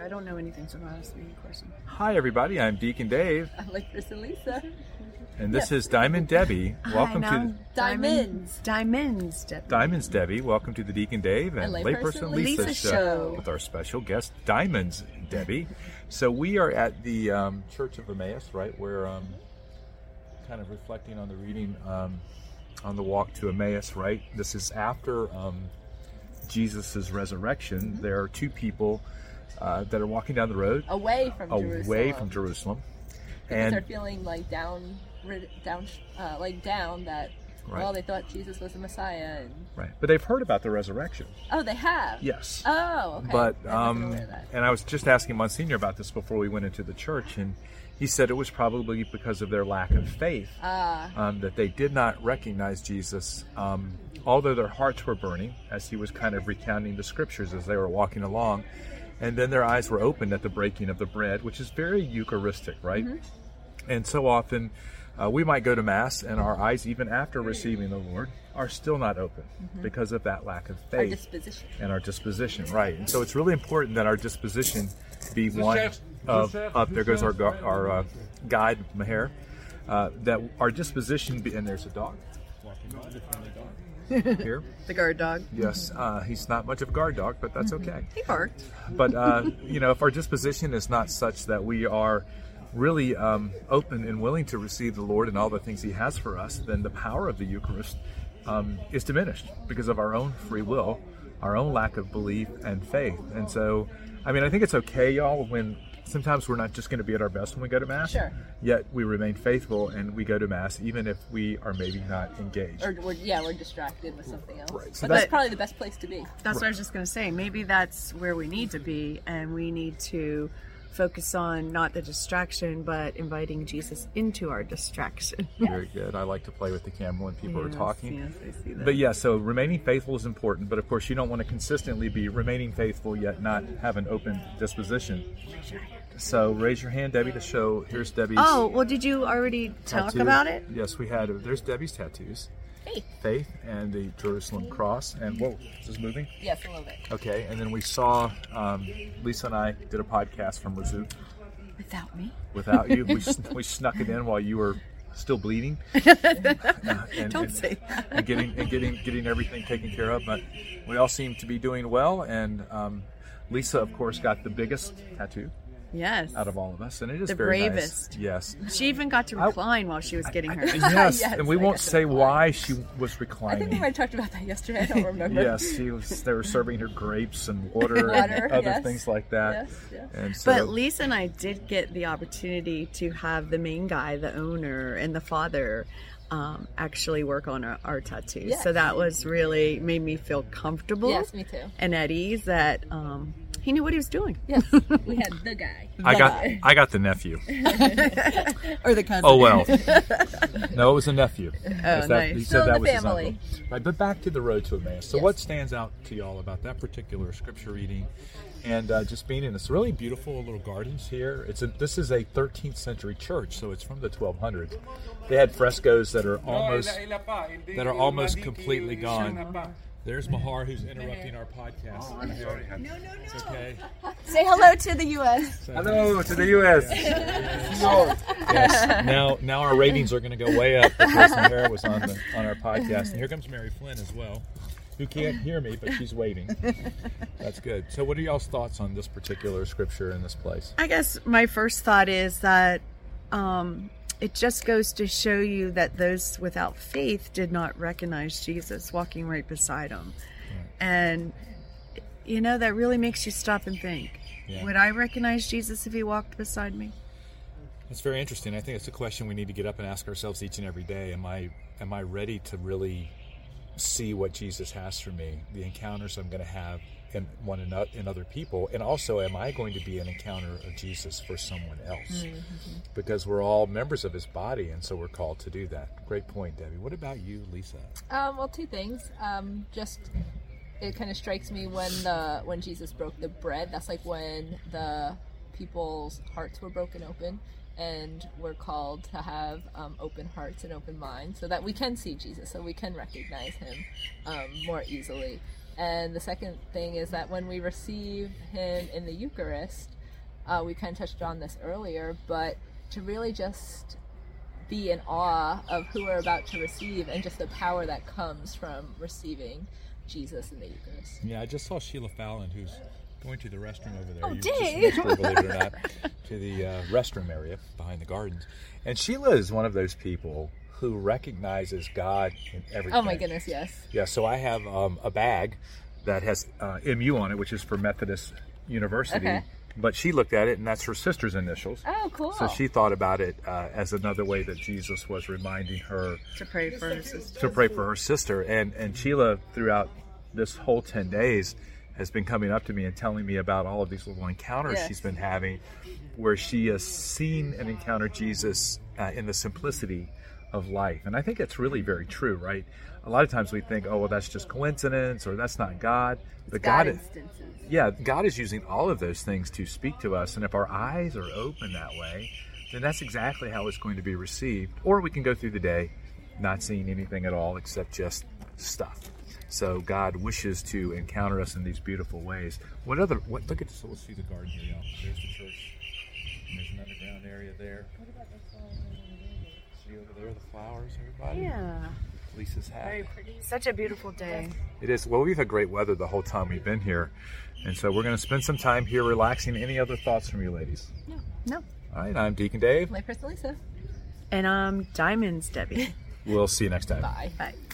I don't know anything, so I'm not asking any question. Hi, everybody. I'm Deacon Dave, I like Chris and Lisa. Mm-hmm. and this is Diamond Debbie. Welcome Hi, now, to Diamonds. Diamonds. Debbie. Diamonds Debbie. Welcome to the Deacon Dave and And Layperson Layperson Lisa, Lisa show Show. with our special guest Diamonds Debbie. so we are at the um, Church of Emmaus, right? We're um, kind of reflecting on the reading um, on the walk to Emmaus, right? This is after um, Jesus' resurrection. Mm-hmm. There are two people uh, that are walking down the road Away Oh, from Jerusalem. away from Jerusalem, Because and they're feeling like down, rid- down, uh, like down that. Right. Well, they thought Jesus was the Messiah, and right, but they've heard about the resurrection. oh, they have. Yes. Oh, okay. But I wasn't um, aware of that. and I was just asking Monsignor about this before we went into the church, and he said it was probably because of their lack of faith Ah, um, that they did not recognize Jesus, um, although their hearts were burning as he was kind of recounting the scriptures as they were walking along, and then their eyes were opened at the breaking of the bread, which is very Eucharistic, right? Mm-hmm. And so often. Uh, we might go to Mass, and our eyes, even after receiving the Lord, are still not open because of that lack of faith Mm-hmm. our disposition. and our disposition, right? And so it's really important that our disposition be one of up. There goes our gu- our uh, guide Maher. Uh, that our disposition be, and there's a dog here. The guard dog. Yes, uh, he's not much of a guard dog, but that's okay He barked. but uh, you know, if our disposition is not such that we are really um, open and willing to receive the Lord and all the things He has for us, then the power of the Eucharist um, is diminished because of our own free will, our own lack of belief and faith. And so, I mean, I think it's okay, y'all, when sometimes we're not just going to be at our best when we go to Mass. Sure. Yet we remain faithful and we go to Mass even if we are maybe not engaged. Or we're, yeah, we're distracted with something else. Right, so but that's that's- probably the best place to be. That's what I was just going to say. Maybe that's where we need to be, and we need to focus on not the distraction, but inviting Jesus into our distraction. Very good. I like to play with the camera when people are Yes, talking. Yes, I see that. But yeah, so remaining faithful is important, but of course you don't want to consistently be remaining faithful yet not have an open disposition. So raise your hand, Debbie, to show. Here's Debbie's. oh, well, did you already talk tattoo. about it? Yes, we had. There's Debbie's tattoos, Faith. faith, and the Jerusalem cross. And whoa, is this moving? Yes, a little bit. Okay. And then we saw um, Lisa and I did a podcast from Mizzou Without me? without you. we, sn- we snuck it in while you were still bleeding. and, Don't and- say that. and getting and getting getting everything taken care of. But we all seem to be doing well, and um, Lisa, of course, got the biggest tattoo Yes. out of all of us, and it is The very nice. bravest. Yes, She even got to recline while she was getting her. yes, Yes, and we I won't got to say recline. why she was I think we might reclining. have talked about that yesterday. I don't remember. Yes, she was. They were serving her grapes and water, Water, and other yes. things like that. Yes, yes. And so, But Lisa and I did get the opportunity to have the main guy, the owner, and the father um, actually work on our, our tattoos. Yes. So that was really made me feel comfortable Yes, me too. and at ease that um, he knew what he was doing. Yes, we had the guy. I got Bye. I got the nephew. Or the cousin. Oh well. no, it was a nephew. Is nice. He said Still in that Oh, the was family. his uncle. Right, but back to the road to Emmaus. So, Yes. what stands out to y'all about that particular scripture reading, and uh, just being in this really beautiful little gardens here? It's a, this is a 13th century church, so it's from the 1200s. They had frescoes that are almost that are almost completely gone. There's Mahar who's interrupting our podcast. Oh, I'm sorry. No, no, no. It's okay. Say hello to the U.S. Hello to the U.S. yes. Now, now our ratings are going to go way up because Mara was on the, on our podcast, and here comes Mary Flynn as well, who can't hear me but she's waving. That's good. So, what are y'all's thoughts on this particular scripture in this place? I guess my first thought is that um, it just goes to show you that those without faith did not recognize Jesus walking right beside them. And, you know, that really makes you stop and think Yeah. would I recognize Jesus if he walked beside me? That's very interesting. I think it's a question we need to get up and ask ourselves each and every day. Am I am I ready to really see what Jesus has for me? The encounters I'm going to have in one another in other people, and also am I going to be an encounter of Jesus for someone else? Because we're all members of His body, and so we're called to do that. Great point, Debbie. What about you, Lisa? Um, well, two things. Um, just it kind of strikes me when the when Jesus broke the bread. That's like when the people's hearts were broken open, and we're called to have um, open hearts and open minds, so that we can see Jesus, so we can recognize Him um, more easily. And the second thing is that when we receive Him in the Eucharist, uh, we kind of touched on this earlier, but to really just be in awe of who we're about to receive and just the power that comes from receiving Jesus in the Eucharist. Yeah, I just saw Sheila Fallon, who's going to the restroom over there. Oh, You Dave! Just reached her, believe it or not, to the uh, restroom area behind the gardens. And Sheila is one of those people who recognizes God in everything. Oh my goodness, yes. Yeah, so I have um, a bag that has uh, MU on it, which is for Methodist University. Okay. But she looked at it, and that's her sister's initials. Oh, cool. So she thought about it uh, as another way that Jesus was reminding her to pray for her sister. to pray for her sister. And and Sheila throughout this whole ten days has been coming up to me and telling me about all of these little encounters Yes. she's been having, where she has seen and encountered Jesus uh, in the simplicity of life. And I think that's really very true, right? A lot of times we think, oh well, that's just coincidence or that's not God, but God, God is instances. yeah, God is using all of those things to speak to us. And if our eyes are open that way, then that's exactly how it's going to be received. Or we can go through the day not seeing anything at all except just stuff. So God wishes to encounter us in these beautiful ways. What other? What? Look at this. Let's see the garden here, y'all. There's the church. And there's an underground area there. See over there the flowers, everybody. Yeah, Lisa's hat. such a beautiful day. It is. Well, we've had great weather the whole time we've been here. And so we're going to spend some time here relaxing. Any other thoughts from you ladies? No, All right, I'm Deacon Dave. My person Lisa. and um, diamonds, Debbie. We'll see you next time. Bye. Bye.